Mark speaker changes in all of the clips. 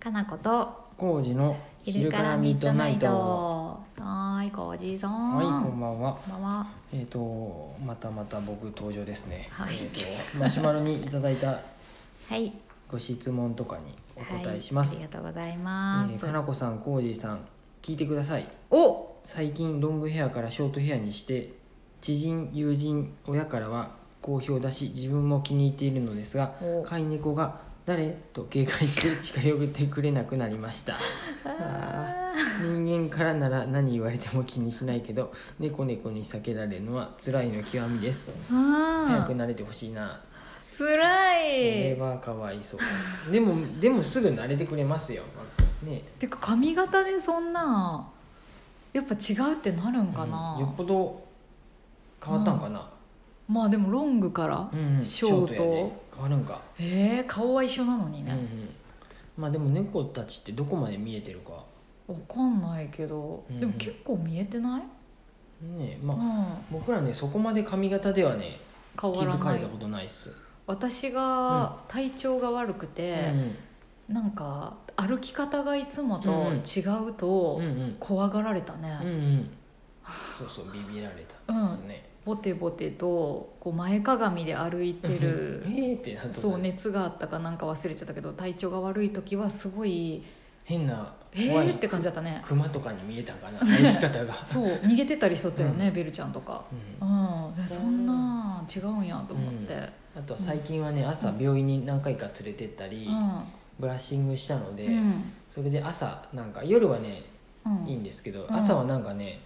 Speaker 1: かなこと
Speaker 2: 工事の昼からミッドナイト。
Speaker 1: はーいこじさん
Speaker 2: はい、こんばんは。
Speaker 1: こんばんは
Speaker 2: えっ、と、またまた僕登場ですね。
Speaker 1: はい
Speaker 2: えーと、マシュマロにいただいた
Speaker 1: はい
Speaker 2: ご質問とかにお答えします。
Speaker 1: はい、ありがとうございます、
Speaker 2: えーかなこさん、工事さん、聞いてください。
Speaker 1: お
Speaker 2: 最近ロングヘアからショートヘアにして、知人、友人、親からは好評だし、自分も気に入っているのですが、
Speaker 1: お
Speaker 2: 飼い猫が誰と警戒して近寄ってくれなくなり ました。あ人間からなら何言われても気にしないけど猫猫に避けられるのは辛いの極みです
Speaker 1: あ
Speaker 2: 早く慣れてほしいな
Speaker 1: つらい、
Speaker 2: これはかわいそうですでもでもすぐ慣れてくれますよね
Speaker 1: てか髪型でそんなやっぱ違うってなるんかな、
Speaker 2: うんよっぽど変わったんかな、
Speaker 1: まあでもロングから、
Speaker 2: うんうん
Speaker 1: ショート
Speaker 2: やで変わるんか、
Speaker 1: えー、顔は一緒なのに
Speaker 2: うんうん
Speaker 1: ね、
Speaker 2: まあでも猫たちってどこまで見えてるか
Speaker 1: わかんないけど、
Speaker 2: うん
Speaker 1: でも結構見えてない、
Speaker 2: ね
Speaker 1: う
Speaker 2: まあ、
Speaker 1: ん、
Speaker 2: 僕らねそこまで髪型ではね
Speaker 1: 変
Speaker 2: 気
Speaker 1: わら
Speaker 2: づか
Speaker 1: な
Speaker 2: れ
Speaker 1: い
Speaker 2: たことないっす、
Speaker 1: 私が体調が悪くて、なんか歩き方がいつもと違う
Speaker 2: うん
Speaker 1: と
Speaker 2: うんうん
Speaker 1: 怖がられた
Speaker 2: うんう
Speaker 1: ね、
Speaker 2: ん、そうそうビビられたんですね、
Speaker 1: ボテボテとこう前かがみで歩いてる
Speaker 2: えーってなった
Speaker 1: そう熱があったかなんか忘れちゃったけど体調が悪い時はすごい
Speaker 2: 変な
Speaker 1: えーって感じだったね
Speaker 2: クマとかに見えたかな歩き方が、
Speaker 1: そう逃げてたりしとったよね、ベルちゃんとか
Speaker 2: うん
Speaker 1: うんそんな違うんやと思って、
Speaker 2: あとは最近はね朝病院に何回か連れてったり、
Speaker 1: うん
Speaker 2: ブラッシングしたので、
Speaker 1: うん
Speaker 2: それで朝なんか夜はね
Speaker 1: うん
Speaker 2: いいんですけど、
Speaker 1: ん
Speaker 2: 朝はなんかね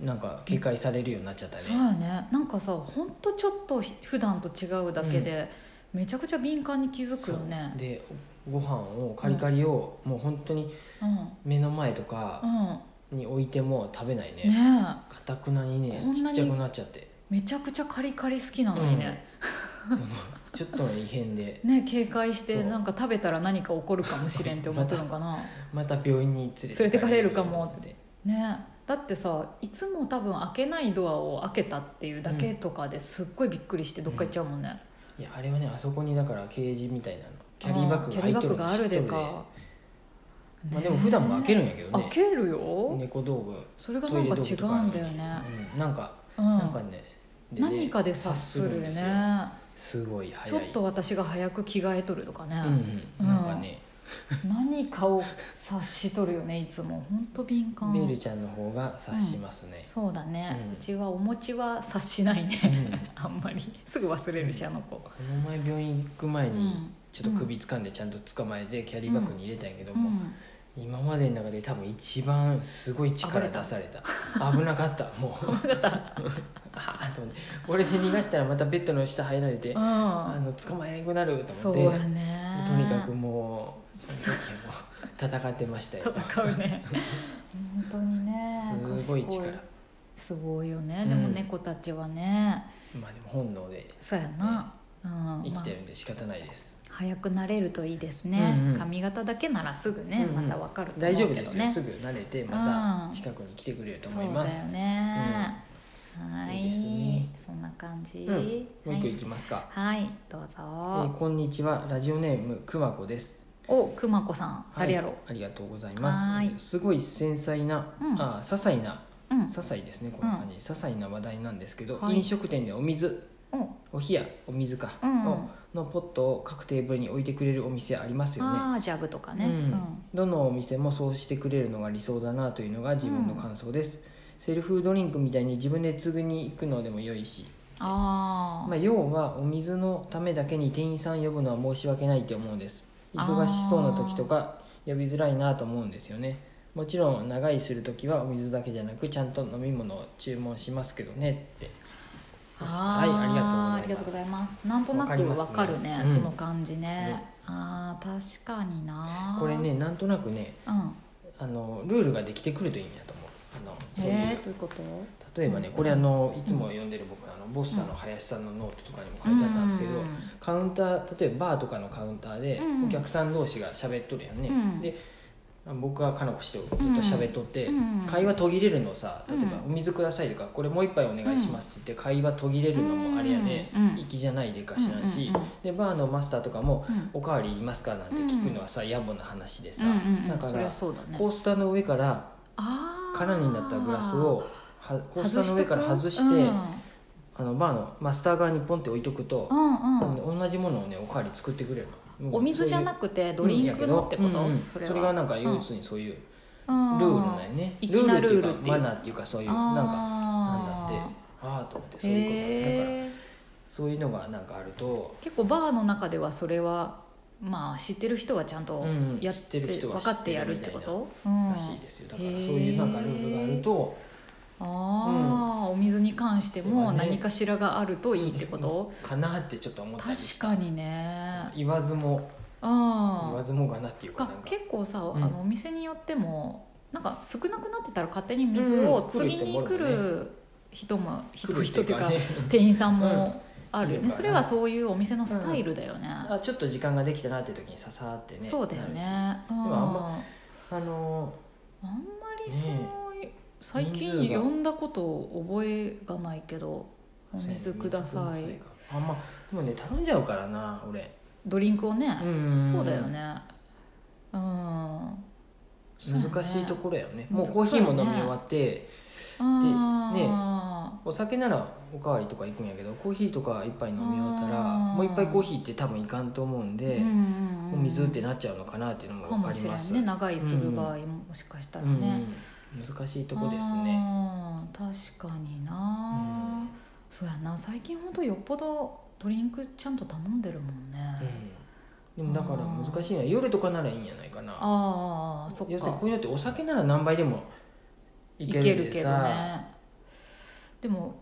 Speaker 2: なんか警戒されるようになっちゃったね、
Speaker 1: そうやねなんかさほんとちょっと普段と違うだけで、めちゃくちゃ敏感に気づくよね
Speaker 2: そうでご飯をカリカリを、もう本当に
Speaker 1: うん
Speaker 2: 目の前とか
Speaker 1: うん
Speaker 2: に置いても食べないね
Speaker 1: ね
Speaker 2: かたくなにね
Speaker 1: こん
Speaker 2: ち
Speaker 1: な
Speaker 2: っ
Speaker 1: に
Speaker 2: ちゃくなっちゃって
Speaker 1: えめちゃくちゃカリカリ好きなのにね、
Speaker 2: そのちょっとの異変 で
Speaker 1: ね警戒して
Speaker 2: そう
Speaker 1: なんか食べたら何か起こるかもしれんって思ってるのか な
Speaker 2: また病院に連れ
Speaker 1: 連れてかれるか
Speaker 2: と
Speaker 1: も
Speaker 2: 思って
Speaker 1: ねえだってさいつも多分開けないドアを開けたっていうだけとかですっごいびっくりしてどっか行っちゃうもんね、
Speaker 2: いやあれはねあそこにだからケージみたいなのキャリーバッグが入っ
Speaker 1: キ
Speaker 2: て
Speaker 1: ャリーバッ
Speaker 2: る
Speaker 1: グ
Speaker 2: の
Speaker 1: が
Speaker 2: 知
Speaker 1: あ
Speaker 2: っと
Speaker 1: る
Speaker 2: る
Speaker 1: で
Speaker 2: で、
Speaker 1: か
Speaker 2: まあ、でも普段も開け
Speaker 1: る
Speaker 2: るんやけど
Speaker 1: 開
Speaker 2: ね
Speaker 1: けるよ
Speaker 2: 猫道具
Speaker 1: それがなんか違うんだよね、
Speaker 2: うん、なんか、
Speaker 1: うん、
Speaker 2: なんかねでね
Speaker 1: 何かで察する
Speaker 2: 察
Speaker 1: ね
Speaker 2: すすごい
Speaker 1: ちょ
Speaker 2: 早い
Speaker 1: っと私が早く着替えとるとかね、
Speaker 2: うんうん、なんかね、
Speaker 1: 何かを察しとるよねいつも本当敏感
Speaker 2: ベルちゃんの方が察しますね、
Speaker 1: そうだね、
Speaker 2: う
Speaker 1: うんちはお餅は察しないね、
Speaker 2: う
Speaker 1: あんまりすぐ忘れるし、あの子
Speaker 2: この前病院行く前
Speaker 1: う
Speaker 2: に
Speaker 1: ん
Speaker 2: ちょっと首掴んでちゃんと捕まえてキャリーバッグに入れたんやけど
Speaker 1: う
Speaker 2: も、
Speaker 1: ん
Speaker 2: 今までの中で多分一番すごい力出さ れた危なかったもう ああと思ってこれで逃がしたらまたベッドの下入られて、
Speaker 1: う
Speaker 2: あ
Speaker 1: ん
Speaker 2: の捕まえなくなると
Speaker 1: そ
Speaker 2: 思っ
Speaker 1: う
Speaker 2: て
Speaker 1: やね
Speaker 2: とにかくもうその時は もう戦ってましたよ
Speaker 1: 戦うね本当にね
Speaker 2: すごい力
Speaker 1: 賢すごいよね、
Speaker 2: うん
Speaker 1: でも猫たちはね
Speaker 2: まあでも本能で
Speaker 1: そうやな、うん
Speaker 2: 生きて
Speaker 1: ま
Speaker 2: るんで仕方ないです、
Speaker 1: あ早くなれるといいですね、
Speaker 2: うんうん
Speaker 1: 髪型だけならすぐね、
Speaker 2: うんうん
Speaker 1: またわかると思う
Speaker 2: 大
Speaker 1: け
Speaker 2: 丈
Speaker 1: どね
Speaker 2: 夫ですよすぐ慣れてま
Speaker 1: うん
Speaker 2: た近くに来てくれると
Speaker 1: そ
Speaker 2: 思
Speaker 1: う
Speaker 2: いま
Speaker 1: だよ
Speaker 2: す、
Speaker 1: ね、はい
Speaker 2: いいですね
Speaker 1: そんな感じ、
Speaker 2: うん、もう一個いきますか、
Speaker 1: はい、はい、どうぞ、
Speaker 2: えーこんにちはラジオネームくまこです
Speaker 1: おくまこさん誰やろう、
Speaker 2: はい、ありがとうございます
Speaker 1: はい
Speaker 2: すごい繊細な、
Speaker 1: うん
Speaker 2: あ些細な
Speaker 1: うん
Speaker 2: 些細ですねこの感じ、些細な話題なんですけど、
Speaker 1: はい
Speaker 2: 飲食店でお水
Speaker 1: お
Speaker 2: お冷やお水か、
Speaker 1: うんうん
Speaker 2: をのポットを各テーブルに置いてくれるお店ありますよね
Speaker 1: あージャグとかね、
Speaker 2: う
Speaker 1: うんん
Speaker 2: どのお店もそうしてくれるのが理想だなというのが自分の感想です、セルフドリンクみたいに自分で継ぐに行くのでも良いし、
Speaker 1: あー、
Speaker 2: まあ、要はお水のためだけに店員さん呼ぶのは申し訳ないって思うんです
Speaker 1: あー
Speaker 2: 忙しそうな時とか呼びづらいなと思うんですよねもちろん長居する時はお水だけじゃなくちゃんと飲み物を注文しますけどねってはいありがとうございます
Speaker 1: ありがとうございますなんとな
Speaker 2: わかり
Speaker 1: く
Speaker 2: ますね
Speaker 1: わかるね
Speaker 2: うん
Speaker 1: その感じね、あー確かにな
Speaker 2: これねなんとなくね
Speaker 1: うん
Speaker 2: あのルールができてくるといいんやと思うあのそういう
Speaker 1: えー、どういうこと
Speaker 2: 例えばね
Speaker 1: うん
Speaker 2: これあのいつも読んでる僕のあのボスさんの林さんのノートとかにも書いてあったんですけど、
Speaker 1: う
Speaker 2: カウンター例えばバーとかのカウンターで
Speaker 1: うん
Speaker 2: お客さん同士が喋っとるやんね、
Speaker 1: うん
Speaker 2: で僕はかなこ氏とずっと喋っとって、
Speaker 1: うん
Speaker 2: 会話途切れるのさ例えば
Speaker 1: う
Speaker 2: 「お水ください」とか「これもう一杯お願いします」って言って会話途切れるのもあれやね
Speaker 1: うんうん
Speaker 2: 粋じゃないでかしらんし、
Speaker 1: うんうんうん
Speaker 2: でバーのマスターとかも
Speaker 1: うん
Speaker 2: 「おかわりいりますか?」なんて聞くのはさ野暮な話でさ、
Speaker 1: うんうんうん
Speaker 2: だか
Speaker 1: そり
Speaker 2: ら
Speaker 1: ゃそうだね
Speaker 2: コースターの上から
Speaker 1: あー
Speaker 2: 空になったグラスをはコースターの上から外して
Speaker 1: うんうん
Speaker 2: あのバーのマスター側にポンって置いとくと、
Speaker 1: うん
Speaker 2: あの同じものをねおかわり作ってくれるの
Speaker 1: お水じゃな
Speaker 2: く
Speaker 1: くてドリンクのってこと、
Speaker 2: それがなんか要す
Speaker 1: ル
Speaker 2: るにそういうルール
Speaker 1: ー
Speaker 2: なんやね、
Speaker 1: うん
Speaker 2: ルールっていう
Speaker 1: 粋
Speaker 2: か
Speaker 1: なルールっていう
Speaker 2: マナーっていうかそういうなんかなんだってああと思ってそういうことなんだ、だから
Speaker 1: へえ
Speaker 2: そういうのがなんかあると
Speaker 1: 結構バーの中ではそれはまあ知ってる人はちゃんと
Speaker 2: うんうん
Speaker 1: やっ
Speaker 2: 知ってる人は
Speaker 1: 分かってやるってこと、うん
Speaker 2: らしいですよだからそういうなんかルールがあると
Speaker 1: ああ、お水に関して
Speaker 2: そ
Speaker 1: も
Speaker 2: うだね
Speaker 1: 何かしらがあるといいってこと、
Speaker 2: かなってちょっと思ったり
Speaker 1: 確かにね
Speaker 2: 言わずも
Speaker 1: う
Speaker 2: 言わ
Speaker 1: ん
Speaker 2: ずもがなっていうか
Speaker 1: が
Speaker 2: なんか
Speaker 1: 結構さ、
Speaker 2: うん
Speaker 1: あのお店によってもなんか少なくなってたら勝手に水を
Speaker 2: うん
Speaker 1: 次に来
Speaker 2: 来る人もおる
Speaker 1: る人も人
Speaker 2: 来る
Speaker 1: 人っていうか
Speaker 2: ね
Speaker 1: 店員さんもあるよ
Speaker 2: い
Speaker 1: ね
Speaker 2: るからね
Speaker 1: それはそういうお店のスタイルだよね、
Speaker 2: あちょっと時間ができたなっていう時にささーってね
Speaker 1: そうだよ
Speaker 2: なるし
Speaker 1: ねうん
Speaker 2: もあん
Speaker 1: あ
Speaker 2: あの
Speaker 1: んまりその、最
Speaker 2: 人
Speaker 1: 近
Speaker 2: 数が
Speaker 1: 呼んだこと覚えがないけどお
Speaker 2: ー
Speaker 1: 水ください
Speaker 2: 水くかあんまでもね頼んじゃうからな俺
Speaker 1: ドリンクをね、
Speaker 2: うん
Speaker 1: そうだよねうん
Speaker 2: 難しいところやよね
Speaker 1: そう
Speaker 2: も
Speaker 1: やね
Speaker 2: うコーヒーも飲み終わって
Speaker 1: ろ
Speaker 2: でね
Speaker 1: ね
Speaker 2: お酒ならおかわりとか行くんやけどコーヒーとか一杯飲み終わったら
Speaker 1: あー
Speaker 2: もう一杯コーヒーって多分いかんと思うんで、お水って
Speaker 1: な
Speaker 2: なっちゃうのかなっていうのも
Speaker 1: か
Speaker 2: 分か
Speaker 1: も
Speaker 2: り
Speaker 1: しれ
Speaker 2: ま
Speaker 1: ない
Speaker 2: す
Speaker 1: ね長いする場合ももしかしたらね、
Speaker 2: うんうん難しいとこですね
Speaker 1: ね確かにな、
Speaker 2: うん
Speaker 1: そうやな最近ほんとよっぽどドリンクちゃんと頼んでるもんね、
Speaker 2: うんでもだから難しいのは夜とかならいいんじゃないかな
Speaker 1: ああそっ
Speaker 2: 要するに
Speaker 1: か
Speaker 2: こういうのってお酒なら何杯でもい
Speaker 1: い
Speaker 2: け
Speaker 1: け
Speaker 2: る
Speaker 1: る
Speaker 2: んで
Speaker 1: けど
Speaker 2: さ
Speaker 1: ねでも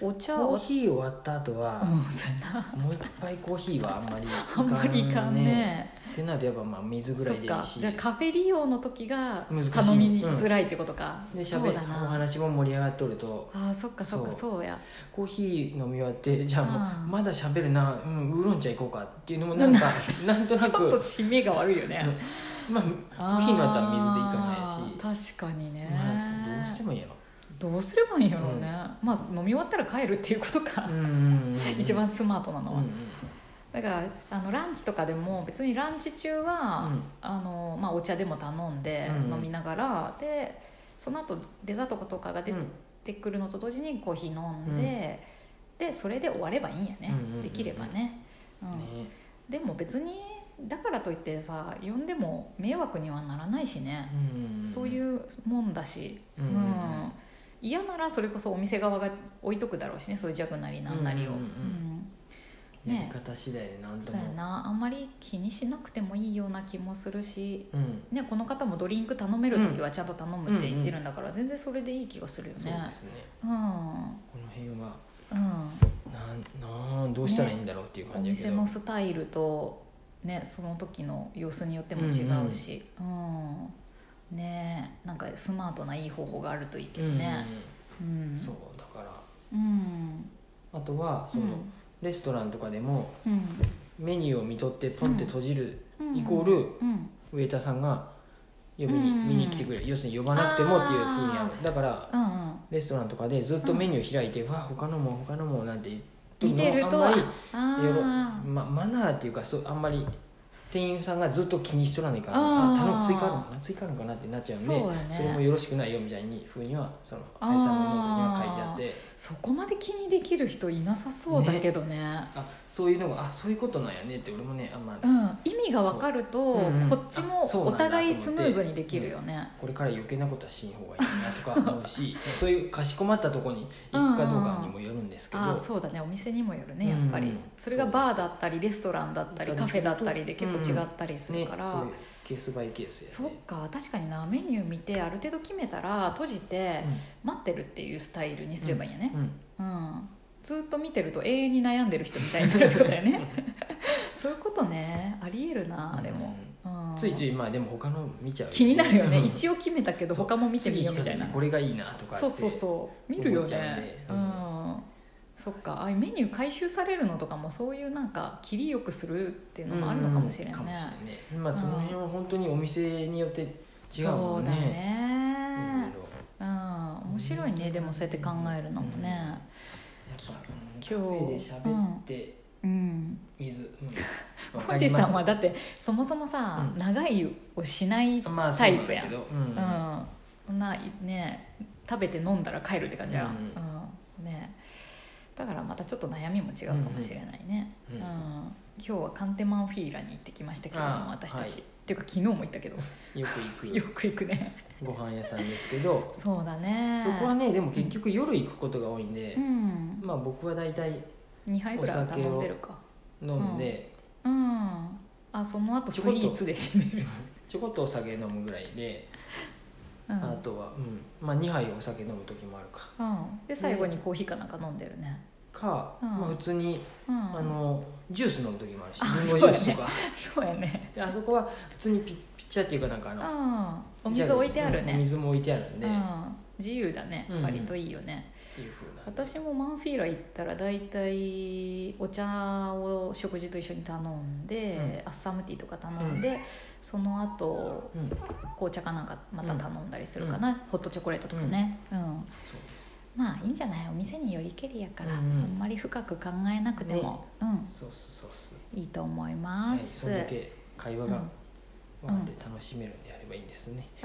Speaker 1: お茶
Speaker 2: コー
Speaker 1: を
Speaker 2: ヒー終わった後は
Speaker 1: う、んそうやな
Speaker 2: もう一杯コーヒーはあんまりいか
Speaker 1: あんまりいかんね
Speaker 2: ってなるとやっぱまあ水ぐら
Speaker 1: そ
Speaker 2: い
Speaker 1: っ
Speaker 2: でいい
Speaker 1: か
Speaker 2: し
Speaker 1: じゃあカフェ利用の時が
Speaker 2: 難しい
Speaker 1: 頼みづらいってことか、
Speaker 2: でしゃ
Speaker 1: そ
Speaker 2: べ
Speaker 1: う
Speaker 2: お
Speaker 1: だな
Speaker 2: 話も盛り上がっとると
Speaker 1: あーそっかそっか
Speaker 2: そう
Speaker 1: そうや
Speaker 2: コーヒー飲み終わってじゃあもう
Speaker 1: うん
Speaker 2: まだしゃべるな、うん、ウーロン茶行こうかっていうのもなんか なんと な
Speaker 1: ちょっと
Speaker 2: く、
Speaker 1: 締めが悪いよね
Speaker 2: まあ、コーヒーのあったら水でいかないし、
Speaker 1: ないし確かにね、
Speaker 2: まあ、どうしてもいいやろ、
Speaker 1: どうすればいいんやろうね、
Speaker 2: うん
Speaker 1: まあ飲み終わったら帰るっていうことか、
Speaker 2: うんうんうん、
Speaker 1: 一番スマートな
Speaker 2: う
Speaker 1: の
Speaker 2: んう
Speaker 1: は、
Speaker 2: ん
Speaker 1: だからあのランチとかでも別にランチ中は、
Speaker 2: うん
Speaker 1: あのまあ、お茶でも頼んで
Speaker 2: うんうん
Speaker 1: 飲みながら、でその後デザートとかが出
Speaker 2: うん
Speaker 1: てくるのと同時にコーヒー飲んで、でそれで終わればいいんやね、
Speaker 2: うんうんうんうん
Speaker 1: できればね,、うん
Speaker 2: ね
Speaker 1: でも別にだからといってさ呼んでも迷惑にはならないしね、
Speaker 2: うんん
Speaker 1: そういうもんだし、
Speaker 2: うん
Speaker 1: うん嫌ならそれこそお店側が置いとくだろうしねそういう弱なりなんなりを、
Speaker 2: うんうんう
Speaker 1: う
Speaker 2: ん
Speaker 1: ん
Speaker 2: やり方次第でなん
Speaker 1: うん
Speaker 2: と
Speaker 1: そう
Speaker 2: も
Speaker 1: やなあんまり気にしなくてもいいような気もするし、
Speaker 2: うん
Speaker 1: ね、この方もドリンク頼める時はちゃんと頼むって言ってるんだから、全然それでいい気がするよ
Speaker 2: そう
Speaker 1: ね
Speaker 2: ですね
Speaker 1: うんうん
Speaker 2: この辺はなんなんどうしたらいいんだろうっていう
Speaker 1: お
Speaker 2: 感じだけ
Speaker 1: 店
Speaker 2: ど、
Speaker 1: のスタイルと、ね、その時の様子によっても違うし、うんねえなんかスマートないい方法があるといいけ
Speaker 2: うん
Speaker 1: ど
Speaker 2: うんうん
Speaker 1: ね、うん
Speaker 2: そうだから
Speaker 1: うん
Speaker 2: あとはその、レストランとかでも
Speaker 1: うん
Speaker 2: メニューを見とってポンって閉じる、
Speaker 1: うん
Speaker 2: イコール
Speaker 1: うん
Speaker 2: ウェイターさんが呼びに、
Speaker 1: うん
Speaker 2: 見に来てくれる要するに呼ばなくてもっていうふうにあるだから
Speaker 1: うんうん
Speaker 2: レストランとかでずっとメニュー開いて、わあ他のも他のもなんて言っと
Speaker 1: 見てると
Speaker 2: あ
Speaker 1: あ
Speaker 2: んまりよろ
Speaker 1: あ
Speaker 2: ま、マナーっていうかそうあんまり店員さんがずっと気にしとらないから
Speaker 1: あ
Speaker 2: あ
Speaker 1: ー
Speaker 2: 頼む追加あるのかな追加あるのかなってなっちゃうんで
Speaker 1: そうやね
Speaker 2: れもよろしくないよみたいにふうにはその
Speaker 1: あー
Speaker 2: レストランのノートには書いてあって
Speaker 1: そこまで気にできる人いなさそうだけどね
Speaker 2: あそういうのがあそういうことなんやねって俺もねあんま
Speaker 1: うん、意味が分かると、
Speaker 2: そううんうん
Speaker 1: こっちも
Speaker 2: あそうなん
Speaker 1: お
Speaker 2: だと思って
Speaker 1: 互いスムーズにできるよね、
Speaker 2: これから余計なことはしん方がいいなとか思 うしそういうかしこまったとこに行くかどうかにもよるんですけど、
Speaker 1: ああそうだねお店にもよるねやっぱり、
Speaker 2: うん
Speaker 1: それがバーだったりレストランだったりカフェだったりで結構違ったりする
Speaker 2: ね
Speaker 1: から、
Speaker 2: そういうケースバイケース
Speaker 1: そ
Speaker 2: や
Speaker 1: っ
Speaker 2: ね
Speaker 1: か確かになメニュー見てある程度決めたら閉じて待ってるっていうスタイルにすればいいよね
Speaker 2: うん、うん
Speaker 1: うん、ずっと見てると永遠に悩んでる人みたいになるってことだ よねそういうことねありえるなでも、うん
Speaker 2: ついついまあでも他の見ちゃう、
Speaker 1: 気になるよね
Speaker 2: うん
Speaker 1: 一応決めたけど
Speaker 2: そう
Speaker 1: 他も見てみようみ
Speaker 2: 次
Speaker 1: た
Speaker 2: 来
Speaker 1: い
Speaker 2: 時
Speaker 1: な
Speaker 2: にこれがいいなとかって
Speaker 1: そうそうそう見るよ
Speaker 2: 思っちゃうんで
Speaker 1: ね
Speaker 2: う
Speaker 1: うんんそっかああいうメニュー回収されるのとかもそういうなんか切りよくするっていうのもあるのかもしれんね
Speaker 2: うんかもしれんねまあその辺は本当にお店によって違うもんね
Speaker 1: そうだね
Speaker 2: いろいろ
Speaker 1: うん面白いねでもそうやって考えるのもね
Speaker 2: やっぱうん
Speaker 1: 今日
Speaker 2: カフェで喋って
Speaker 1: うん
Speaker 2: 水う んわ
Speaker 1: コ
Speaker 2: か
Speaker 1: ー
Speaker 2: り
Speaker 1: ジ
Speaker 2: ます
Speaker 1: さんはだってそもそもさ、
Speaker 2: うん
Speaker 1: 長いをしない、
Speaker 2: まあそうなんだ
Speaker 1: タイプや
Speaker 2: けどう
Speaker 1: うん
Speaker 2: ん
Speaker 1: そんなね食べて飲んだら帰るって感じや、
Speaker 2: うん
Speaker 1: うんねだからまたちょっと悩みも違うかもしれないね、
Speaker 2: う
Speaker 1: うんん
Speaker 2: うん
Speaker 1: 今日はカンテマンフィーラに行ってきましたけど
Speaker 2: あー
Speaker 1: も私たち、
Speaker 2: はい
Speaker 1: っていうか昨日も行ったけど
Speaker 2: よく行
Speaker 1: よ
Speaker 2: く
Speaker 1: く行くね
Speaker 2: ご飯屋さんですけど
Speaker 1: そうだね
Speaker 2: そこはねでも結局夜行くことが多いん
Speaker 1: う
Speaker 2: で
Speaker 1: ん、
Speaker 2: まあ僕は大体
Speaker 1: 2杯ぐらい頼んでるか
Speaker 2: 飲んで
Speaker 1: うんあその後スイーツで締める、
Speaker 2: ちょこっとお酒飲むぐらいで
Speaker 1: うん
Speaker 2: あとはうんまあ2杯お酒飲む時もあるか
Speaker 1: うん、で最後にコーヒーかなんか飲んでるね、
Speaker 2: か
Speaker 1: うん
Speaker 2: まあ普通に
Speaker 1: うん、
Speaker 2: あのジュース飲む時もあるし
Speaker 1: あ
Speaker 2: リンゴジュースとか
Speaker 1: そうやね
Speaker 2: であそこは普通にピッピッチャーっていうかなんかあ
Speaker 1: う
Speaker 2: の
Speaker 1: んお
Speaker 2: ジャ
Speaker 1: 水
Speaker 2: グ
Speaker 1: 置いてある
Speaker 2: うんお
Speaker 1: ね
Speaker 2: 水も置いてあるん
Speaker 1: う
Speaker 2: でっ
Speaker 1: ん自由だね
Speaker 2: うん
Speaker 1: 割といいよね、
Speaker 2: ていうふうな
Speaker 1: 私もマンフィーラ行ったら大体お茶を食事と一緒に頼んで、アッサムティーとか頼んで、その後
Speaker 2: うん
Speaker 1: 紅茶かなんかまた頼んだりするかな、ホットチョコレートとかね、うん、
Speaker 2: そうです
Speaker 1: まあいいんじゃないお店によりけりやから、
Speaker 2: うんうん
Speaker 1: あんまり深く考えなくても、
Speaker 2: そうっすそうっす
Speaker 1: うんいいと思い
Speaker 2: は
Speaker 1: ま
Speaker 2: い
Speaker 1: す、
Speaker 2: それだけ会話
Speaker 1: う
Speaker 2: が
Speaker 1: ん
Speaker 2: わーって楽しめるんであればいいんですね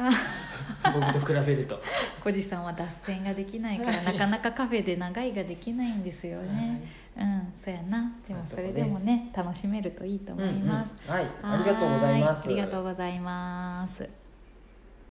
Speaker 2: 僕と比べると
Speaker 1: 小路さんは脱線ができないからなかなかカフェで長いができないんですよねうんそうやなでもそれでもね楽しめるといいと
Speaker 2: は
Speaker 1: 思
Speaker 2: い
Speaker 1: います、
Speaker 2: うんうんはいありがとうございます
Speaker 1: はーありがとうございます